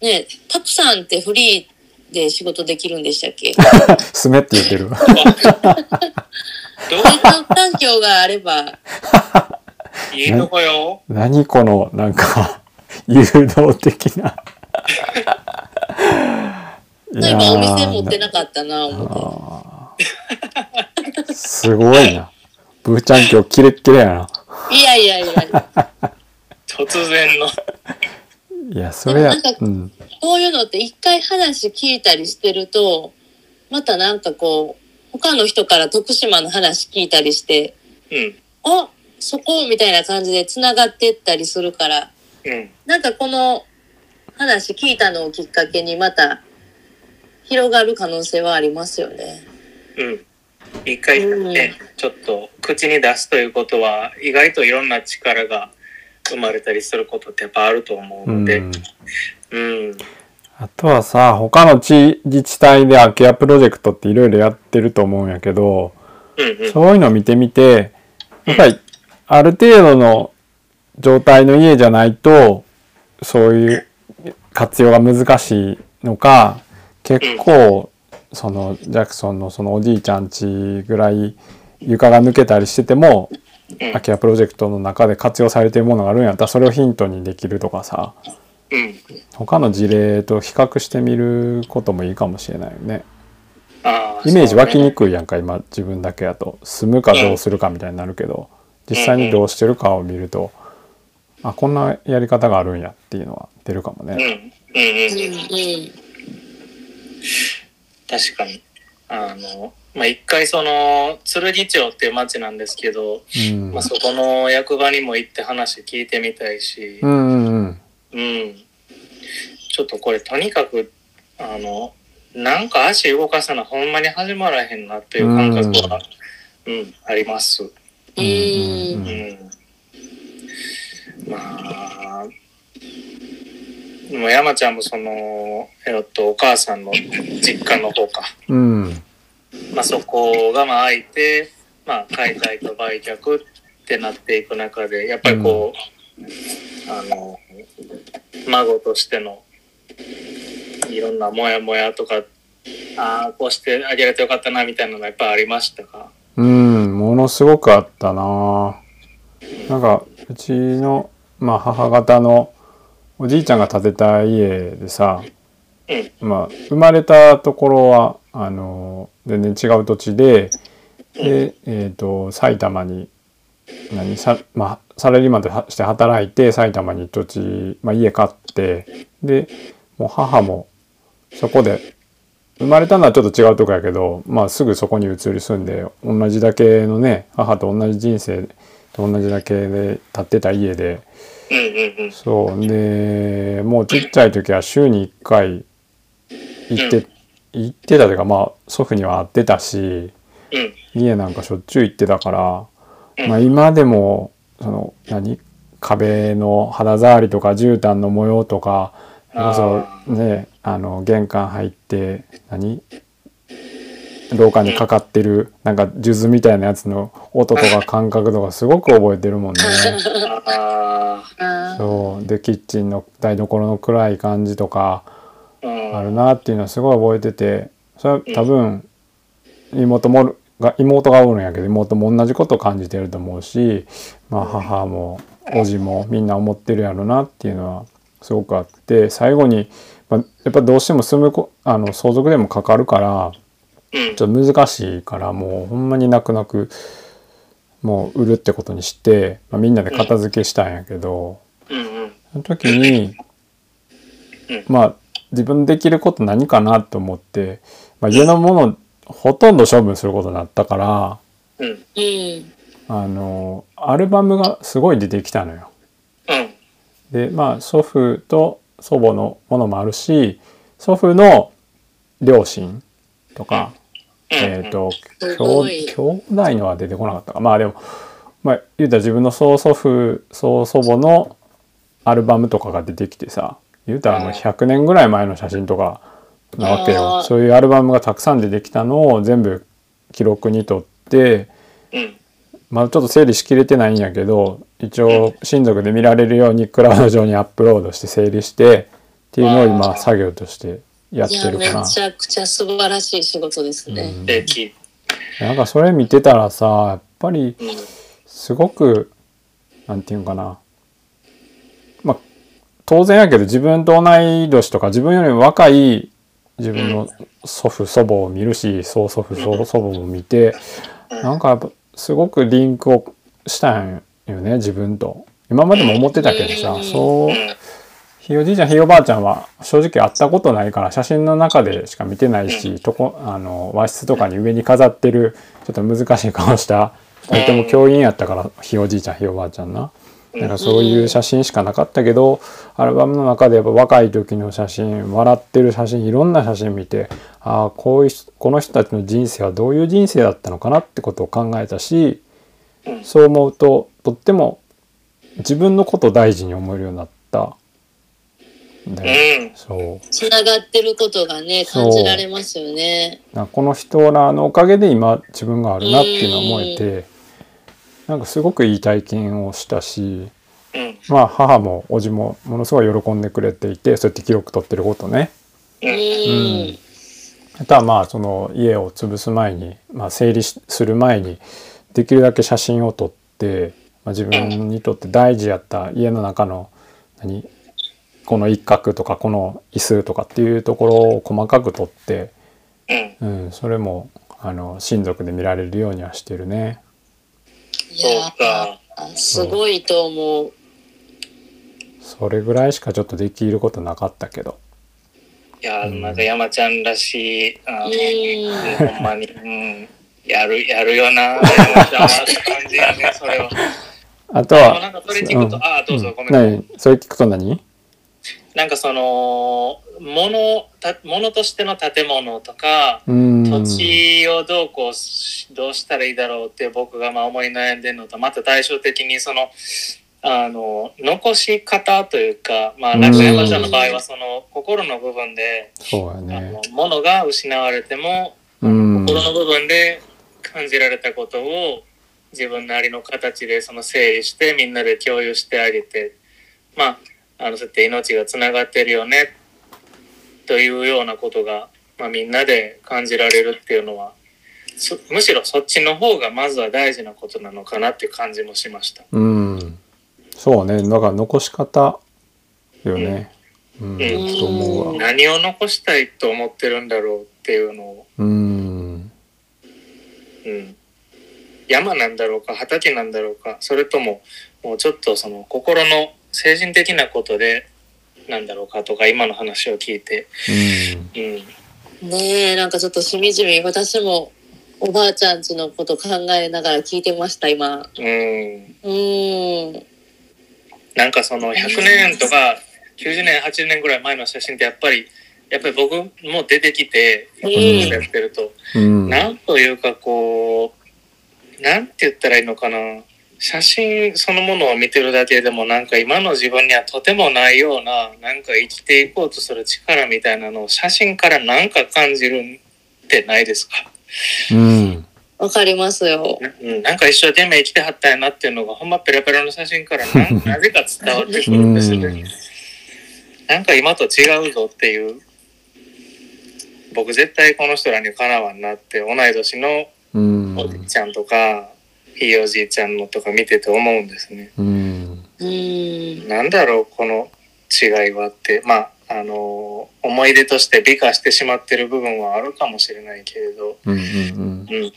Speaker 3: ね、たくさんってフリーで仕事できるんでしたっけ
Speaker 1: 住めって言ってる
Speaker 2: ど
Speaker 3: ネット環境があれば、
Speaker 2: ういいとこよ。
Speaker 1: 何このなんか 誘導的 ないや
Speaker 3: 例えば
Speaker 1: ー
Speaker 3: お店持ってなかったな、思って。
Speaker 1: あーすごいな。ブーちゃん今日キレッキレやな。
Speaker 3: いやいやいや、
Speaker 2: 突然の。
Speaker 1: いや、それや
Speaker 3: でもなん。か
Speaker 1: うん。
Speaker 3: こういうのって一回話聞いたりしてると、またなんかこう、他の人から徳島の話聞いたりして、
Speaker 2: うん。
Speaker 3: あそこみたいな感じで繋がってったりするから、
Speaker 2: うん。
Speaker 3: なんかこの話聞いたのをきっかけにまた広がる可能性はありますよね。
Speaker 2: うん。一回ね、ちょっと口に出すということは、意外といろんな力が生まれたりすることってやっぱあると思う
Speaker 1: う
Speaker 2: ので、
Speaker 1: ん、
Speaker 2: うん。
Speaker 1: あとはさ、他の地自治体で空き家プロジェクトっていろいろやってると思うんやけど、
Speaker 2: うんうん。
Speaker 1: そういうの見てみて、やっぱりある程度の状態の家じゃないと、そういう活用が難しいのか、結構、そのジャクソンのそのおじいちゃん家ぐらい床が抜けたりしてても、
Speaker 2: うん
Speaker 1: 空き家プロジェクトの中で活用されているものがあるんやったらそれをヒントにできるとかさ、
Speaker 2: うん。
Speaker 1: 他の事例と比較してみることもいいかもしれないよね。
Speaker 2: ああ
Speaker 1: イメージ湧きに
Speaker 2: く
Speaker 1: くいやんか今自分だけやと住むかどうするかみたいになるけど実際にどうしてるかを見るとあこんなやり方があるんやっていうのは出るかも
Speaker 2: うね
Speaker 1: ね。
Speaker 2: うん。
Speaker 3: うん
Speaker 2: うんうん。
Speaker 3: うん。
Speaker 2: 確かに。あの、まあ、一回その、剣町っていう町なんですけど、
Speaker 1: うん
Speaker 2: まあ、そこの役場にも行って話聞いてみたいし、
Speaker 1: うんうんうん
Speaker 2: うん。ちょっとこれとにかく、あの、なんか足動かしたらほんまに始まらへんなっていう感覚は、うん、あります。う
Speaker 3: う
Speaker 1: うんん。
Speaker 2: ん。まあ、でも山ちゃんもその、えっと、お母さんの実家の方か。
Speaker 1: うん
Speaker 2: まあそこがまあ空いて、まあ解体と売却ってなっていく中で、やっぱりこう、あの、孫としてのいろんなモヤモヤとか、ああ、こうしてあげれてよかったなみたいなのがやっぱありましたか
Speaker 1: うんものすごくあったななんかうちの、まあ、母方のおじいちゃんが建てた家でさ、
Speaker 2: うん
Speaker 1: まあ、生まれたところはあの全然違う土地でで、えー、と埼玉に何さ、まあ、サラリーマンとして働いて埼玉に土地、まあ、家買ってでもう母もそこで生まれたのはちょっと違うとこやけど、まあ、すぐそこに移り住んで同じだけのね母と同じ人生と同じだけで建ってた家で
Speaker 2: うんうんうん。
Speaker 1: そうでもうちっちゃい時は週に1回行って、行ってたというかまあ祖父には会ってたし
Speaker 2: うん。
Speaker 1: 家なんかしょっちゅう行ってたから、
Speaker 2: うん
Speaker 1: まあ、今でもその何壁の肌触りとか絨毯の模様とかそれこ
Speaker 2: あ
Speaker 1: そねあの玄関入って何廊下にかかってるなんか数珠みたいなやつの音とか感覚とかすごく覚えてる もんね。
Speaker 2: あ
Speaker 3: あー
Speaker 1: そうでキッチンの台所の暗い感じとか
Speaker 2: あ、うん。
Speaker 1: あるなっていうのはすごい覚えててそれは多分妹もが妹がおるんやけど妹も同じこと感じてると思うし、まあ、母も叔父もみんな思ってるやろなっていうのはすごくあって最後に、まあ、やっぱどうしても住むこあの相続でもかかるから
Speaker 2: うん
Speaker 1: ち。ょっと難しいからもうほんまに泣く泣くもう売るってことにして、まあ、みんなで片付けしたんやけど。
Speaker 2: うんうん。
Speaker 1: その時に
Speaker 2: うん、
Speaker 1: まあ、自分できること何かなと思って、まあ、家のものほとんど処分することになったから、
Speaker 2: うん。うん。
Speaker 3: うん。
Speaker 1: あの、アルバムがすごい出てきたのよ。で、まあ、祖父と祖母のものもあるし、祖父の両親とか、えっ、と、兄
Speaker 3: すごい
Speaker 1: 兄弟のは出てこなかったか。まあでも、まあ、言うたら自分の曽祖父、曽祖母のアルバムとかが出てきてさ、言うたらあ
Speaker 2: う
Speaker 1: の
Speaker 2: ん
Speaker 1: 100年ぐらい前の写真とかなわけ
Speaker 3: あ
Speaker 1: よ
Speaker 3: ー。
Speaker 1: そういうアルバムがたくさん出てきたのを全部記録にとって、
Speaker 2: うん。
Speaker 1: まあちょっと整理しきれてないんやけど、一応親族で見られるようにクラウド上にアップロードして整理して、っていうのを今作業としてやっ
Speaker 3: い
Speaker 1: て
Speaker 3: や、
Speaker 1: る
Speaker 3: め
Speaker 1: かな。
Speaker 3: ちゃくちゃ素晴らしい仕事ですね。
Speaker 1: うん
Speaker 2: でき。
Speaker 1: なんかそれ見てたらさ、やっぱり
Speaker 2: うん。。、
Speaker 1: すごく、なんていうんかな。まあ、当然やけど自分と同い年とか自分よりも若い自分の祖父、祖母を見るし、曽祖父、曽祖母も見て、なんかやっぱすごくリンクをしたんよね、自分と。今までも思ってたけど
Speaker 3: うん
Speaker 1: さ、そううん
Speaker 2: うん
Speaker 1: ひいおじいちゃんひいおばあちゃんは正直会ったことないから写真の中でしか見てないしとこあの和室とかに上に飾ってるちょっと難しい顔した2人とも教員やったからひいおじいちゃんひいおばあちゃんな。なんかそういう写真しかなかったけどアルバムの中でやっぱ若い時の写真笑ってる写真いろんな写真見てああこういう人この人たちの人生はどういう人生だったのかなってことを考えたし
Speaker 2: うん
Speaker 1: そう思うととっても自分のことを大事に思えるようになったんだよ
Speaker 2: う
Speaker 1: そう
Speaker 3: つながってることがね、
Speaker 1: そう
Speaker 3: 感じられますよね。
Speaker 1: なんかこの人らのおかげで今自分があるなっていうのは思えてなんかすごくいい体験をしたし
Speaker 2: ん。
Speaker 1: まあ母も叔父もものすごい喜んでくれていてそうやって記録取ってることね
Speaker 3: うん。
Speaker 1: んあとはまあその家を潰す前に、まあ、整理しする前にできるだけ写真を撮って、まあ、自分にとって大事やった家の中の何この一角とかこの椅子とかっていうところを細かく撮って、
Speaker 2: うん。
Speaker 1: うん、それもあの親族で見られるようにはしてるね。
Speaker 3: い
Speaker 2: そ
Speaker 3: や
Speaker 2: うか。
Speaker 3: ー、すごいと思う。
Speaker 1: それぐらいしかちょっとできることなかったけど。
Speaker 2: いや、なんか山ちゃんらしい。あ
Speaker 3: う
Speaker 2: の
Speaker 3: ん。
Speaker 2: ほんまに。うん。やる、やるよな。山ちゃんはって感じやね、それは。
Speaker 1: あと
Speaker 2: なん
Speaker 1: は
Speaker 2: か、それ聞くと、
Speaker 1: うん
Speaker 2: ああ、どうぞ、
Speaker 1: うん
Speaker 2: ごめんなさい。
Speaker 1: 何それ聞くと何
Speaker 2: なんかその物た物としての建物とか
Speaker 1: うん。
Speaker 2: 土地をどうこうしどうしたらいいだろうって僕がまあ思い悩んでるのとまた対照的にそのあの残し方というかまあ中山ちゃんの場合はその心の部分で、
Speaker 1: そうや
Speaker 2: あ
Speaker 1: ね
Speaker 2: の。物が失われても
Speaker 1: うん。
Speaker 2: 心の部分で感じられたことを自分なりの形でその整理してみんなで共有してあげてまああのそうやって命がつながってるよねというようなことが、まあ、みんなで感じられるっていうのはそむしろそっちの方がまずは大事なことなのかなっていう感じもしました。
Speaker 1: うん。そうね。だから残し方よね。うん。と思うわ。
Speaker 2: 何を残したいと思ってるんだろうっていうのを、
Speaker 1: うん。
Speaker 2: うん、山なんだろうか畑なんだろうかそれとももうちょっとその心の精神的なことでなんだろうかとか今の話を聞いて、
Speaker 1: うん。
Speaker 2: うん、
Speaker 3: ねえ、なんかちょっとしみじみ、私もおばあちゃんちのこと考えながら聞いてました、今。
Speaker 2: うん、
Speaker 3: うん。
Speaker 2: なんかその100年とか90年80年ぐらい前の写真ってやっぱりやっぱり僕も出てきて
Speaker 1: う
Speaker 3: う
Speaker 1: ん
Speaker 2: や
Speaker 3: ん。
Speaker 2: ってると、
Speaker 1: うん。
Speaker 2: なんというかこうなんて言ったらいいのかな写真そのものを見てるだけでもなんか今の自分にはとてもないようななんか生きていこうとする力みたいなのを写真からなんか感じるんってないですか、
Speaker 1: うん。
Speaker 3: わかりますよ。
Speaker 2: うん、なんか一生懸命生きてはったんやなっていうのがほんまペラペラの写真からな なぜか伝わってく
Speaker 1: う
Speaker 2: るんですよ
Speaker 1: ん
Speaker 2: ね。なんか今と違うぞっていう僕絶対この人らにかなわんなって、同い年の
Speaker 1: うん
Speaker 2: おじいちゃんとか、ひいおじいちゃんのとか見てて思うんですね。
Speaker 1: うん
Speaker 3: うん。
Speaker 2: なんだろう、この違いはって。まあ、あの、思い出として美化してしまってる部分はあるかもしれないけれど、
Speaker 1: うんうん
Speaker 2: うん。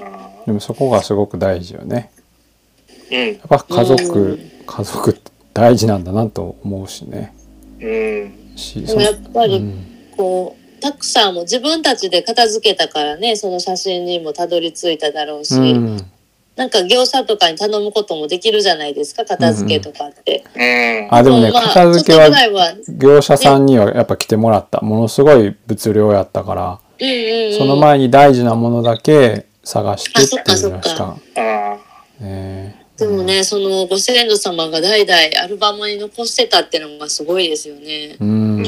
Speaker 2: あ
Speaker 1: でもそこがすごく大事よね
Speaker 2: ー
Speaker 1: やっぱ家
Speaker 3: う
Speaker 1: 族
Speaker 3: ん
Speaker 1: 家族って大事なんだなと思うしね
Speaker 2: うん、うん、
Speaker 1: し
Speaker 3: でもやっぱ
Speaker 1: う
Speaker 3: り、
Speaker 1: ん
Speaker 3: こう、たくさんも自分たちで片付けたからね、その写真にもたどり着いただろうし、
Speaker 1: うん
Speaker 3: なんか業者とかに頼むこともできるじゃないですか、片付けとかって。
Speaker 2: うん。
Speaker 1: あでもね
Speaker 3: まあ
Speaker 1: 片付けは
Speaker 3: ちょっとぐらいは、うん
Speaker 1: 業者さんにはやっぱ来てもらったものすごい物量やったから
Speaker 3: うんうん。
Speaker 1: その前に大事なものだけ探してっていうのを
Speaker 3: あそ
Speaker 1: し
Speaker 3: ったか
Speaker 2: あ
Speaker 1: ね
Speaker 3: でもね、そのご先祖様が代々アルバムに残してたってのがすごいですよね。
Speaker 1: うん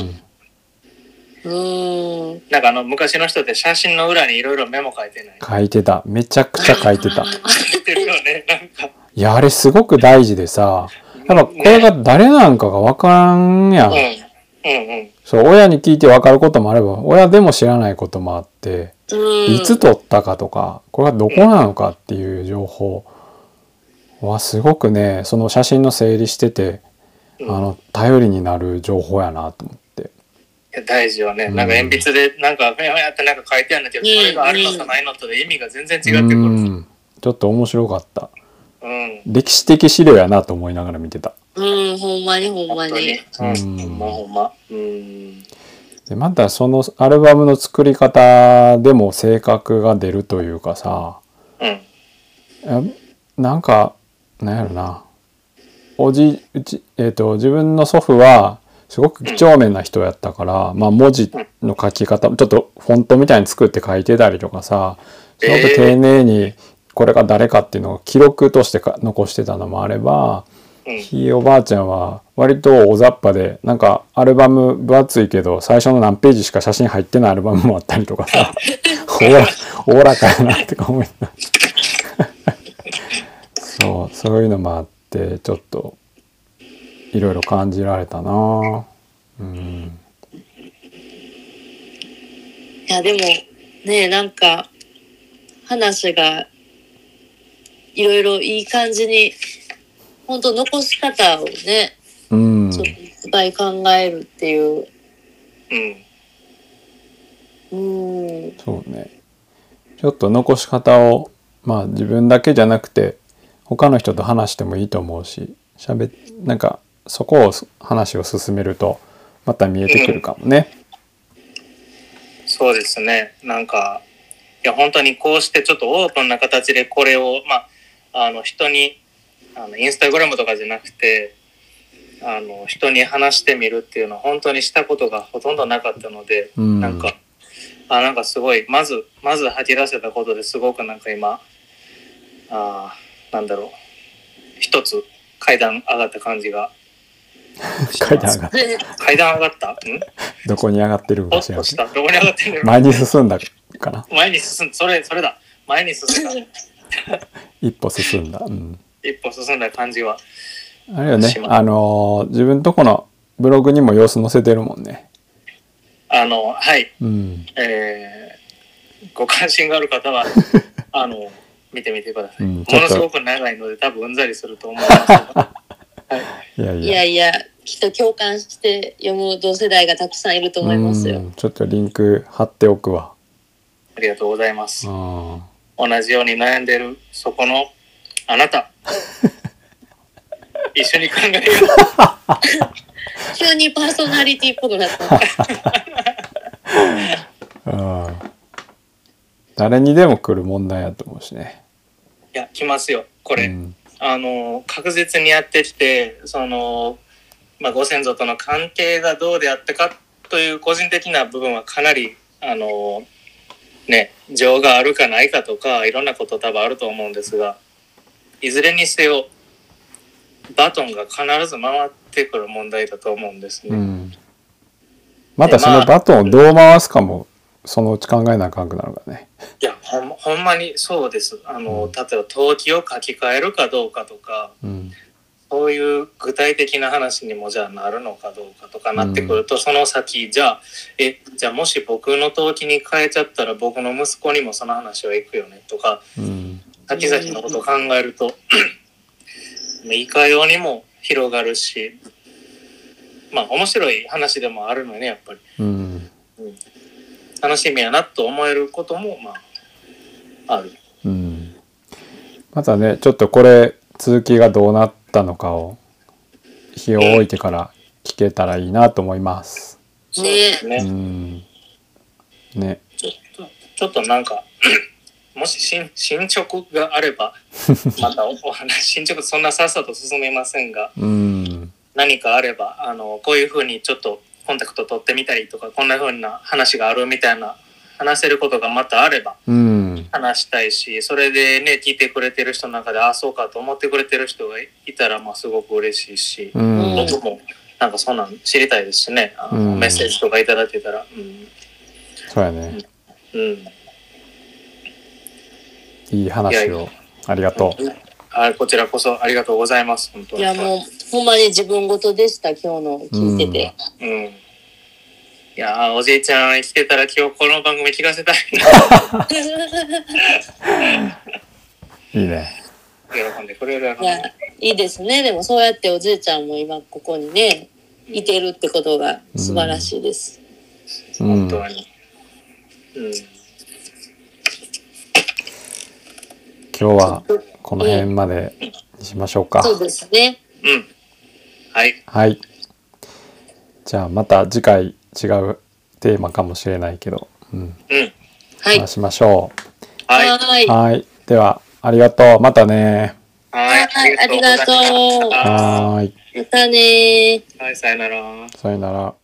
Speaker 3: うーん。
Speaker 2: ーなんかあの、昔の人って写真の裏にいろいろメモ書いてない。
Speaker 1: 書いてためちゃくちゃ書いてた
Speaker 2: 書いてるよね、 なんか。
Speaker 1: いやあれすごく大事でさやっぱこれが誰なんかが分からんやん、
Speaker 2: うん、うん、うん。
Speaker 1: そう親に聞いて分かることもあれば親でも知らないこともあって、
Speaker 3: うん。
Speaker 1: いつ撮ったかとかこれがどこなのかっていう情報はすごくねその写真の整理しててあ
Speaker 2: うん
Speaker 1: の頼りになる情報やなと思って
Speaker 2: いや大事よね。
Speaker 1: うん
Speaker 2: なんか鉛筆で、なんか、ふやふやってなんか書いてあるんだけど、
Speaker 3: うん
Speaker 2: それがあるのとないのとで意味が全然違って
Speaker 1: う
Speaker 2: くる。うん。
Speaker 1: んちょっと面白かった歴史的資料やなと思いながら見てた
Speaker 3: うん、ほんまにほんま
Speaker 2: 本当に
Speaker 3: に。。
Speaker 2: うん。
Speaker 1: うん
Speaker 2: ほんまほんま。うん。
Speaker 1: でまたそのアルバムの作り方でも性格が出るというかさ
Speaker 2: うん。
Speaker 1: やなんかなんやろなおじうち、えー、と自分の祖父はすごく几帳面な人やったから、まあ、文字の書き方ちょっとフォントみたいに作って書いてたりとかさすごく丁寧にこれが誰かっていうのを記録としてか残してたのもあれば
Speaker 2: うん。
Speaker 1: ひいおばあちゃんは割と大雑把でなんかアルバム分厚いけど最初の何ページしか写真入ってないアルバムもあったりとかさおおらおおらかやなとか思いながらそうそういうのもあってちょっといろいろ感じられたなうん
Speaker 3: いや、でも、ね、なんか、話が、いろいろいい感じに、ほんと残し方をね、
Speaker 1: うん
Speaker 3: ちょっといっぱい考えるっていう。
Speaker 2: うん。
Speaker 3: うん。
Speaker 1: そうねちょっと残し方をまあ自分だけじゃなくて他の人と話してもいいと思うししゃべなんかそこを話を進めるとまた見えてくるかもね。
Speaker 2: そうですね。なんか、いや、本当にこうしてちょっとオープンな形でこれを、まあ、あの、人に、あの、インスタグラムとかじゃなくて、あの、人に話してみるっていうのは本当にしたことがほとんどなかったので、
Speaker 1: うん、
Speaker 2: なんか、あ、なんかすごい、まず、まず吐き出せたことですごくなんか今、あーなんだろう、一つ階段上がった感じが。
Speaker 1: 書いて上がった
Speaker 2: 階段上がったん
Speaker 1: どこに上がってる
Speaker 2: ポ
Speaker 1: か知
Speaker 2: ッ
Speaker 1: らん
Speaker 2: と
Speaker 1: け
Speaker 2: し
Speaker 1: ど
Speaker 2: た。どこに上がってんの
Speaker 1: 前に進んだかな
Speaker 2: 前に進ん、それ、それだ。前に進んだ。
Speaker 1: 一歩進んだ。うん、
Speaker 2: 一歩進んだ感じは。
Speaker 1: あれよね
Speaker 2: します
Speaker 1: あのー自分とこのブログにも様子載せてるもんね。
Speaker 2: あの、はい、
Speaker 1: うん、
Speaker 2: えー、ご関心がある方は、あの、見てみてください。
Speaker 1: うん
Speaker 2: も
Speaker 1: ちょっと
Speaker 2: のすごく長いので、多分うんざりすると思い ますが。
Speaker 1: いやい
Speaker 3: い
Speaker 1: や
Speaker 3: やいや、きっと共感して読む同世代がたくさんいると思います
Speaker 1: う
Speaker 3: よ。
Speaker 1: んちょっとリンク貼っておくわ。
Speaker 2: ありがとうございます。
Speaker 1: うん
Speaker 2: 同じように悩んでるそこのあ なた一緒に考えよ
Speaker 3: 急にパーソナリティっぽくなった。
Speaker 1: うん誰にでも来る問題やと思うしね。
Speaker 2: ういや来ますよこ
Speaker 1: う
Speaker 2: れ、
Speaker 1: ん、
Speaker 2: あの確実にやってきてその、まあ、ご先祖との関係がどうであったかという個人的な部分はかなりあのね情があるかないかとかいろんなこと多分あると思うんですがいずれにせよバトンが必ず回ってくる問題だと思うんですね。
Speaker 1: うんまたそのバトンをどう回すかもそのうち考えなあかんくなるからね。
Speaker 2: いやほんほんまにそうですあの、
Speaker 1: うん
Speaker 2: 例えば登記を書き換えるかどうかとか
Speaker 1: うん
Speaker 2: そういう具体的な話にもじゃあなるのかどうかとかなってくると、その先じゃあえじゃあもし僕の登記に変えちゃったら僕の息子にもその話は行くよねとか
Speaker 1: うん
Speaker 2: 先々のことを考えるといかようにも広がるしまあ面白い話でもあるのねやっぱり
Speaker 1: うん
Speaker 2: 楽しみやなと思えることもまあある。
Speaker 1: うんまたねちょっとこれ続きがどうなったのかを日を置いてから聞けたらいいなと思います。
Speaker 2: そうですね
Speaker 1: うんね
Speaker 2: ちょっと、ちょっとなんか、 もし進進捗があ れば、またおお話、進捗そんなさっさと進めませんが、
Speaker 1: うん
Speaker 2: 何かあれば、あの、こういうふうにちょっとコンタクト取ってみたりとか、こんなふうな話があるみたいな、話せることがまたあれば
Speaker 1: うん
Speaker 2: 話したいし、それでね、聞いてくれてる人の中で、ああ、そうかと思ってくれてる人がいたら、まあ、すごく嬉しいし、
Speaker 1: うん
Speaker 2: 僕も、なんかそんなん知りたいですしね、あの
Speaker 1: うん
Speaker 2: メッセージとかいただけたら、うん、
Speaker 1: そうやね
Speaker 2: うん。
Speaker 1: いい話をありがとう。
Speaker 2: あこちらこそありがとうございます。本当
Speaker 3: い
Speaker 2: に。
Speaker 3: や、もう、ほんまに自分事でした、今日の聞いてて。
Speaker 2: うん。いやーおじいちゃん生きてたら今日この番組聞かせたい
Speaker 1: いいね。
Speaker 2: な。 喜んでくれるやろ
Speaker 3: いや、いいですね。でも、そうやっておじいちゃんも今、ここにね、いてるってことが素晴らしいです。
Speaker 1: う
Speaker 2: 本
Speaker 1: ん
Speaker 2: 当に。うん。
Speaker 1: 今日はこの辺までにしましょうか。
Speaker 3: そうですね。
Speaker 2: うん。はい。
Speaker 1: はい。じゃあまた次回違うテーマかもしれないけど、うん、
Speaker 2: うん。
Speaker 3: はい。
Speaker 1: 話しましょ。。
Speaker 2: はい。
Speaker 3: はーいう
Speaker 1: はい。では、ありがとう。またね。
Speaker 3: はいありがと
Speaker 2: あ
Speaker 3: う
Speaker 2: りがとうございまし
Speaker 1: はーい。
Speaker 3: またねー。
Speaker 2: たはい、さよなら。
Speaker 1: さよなら。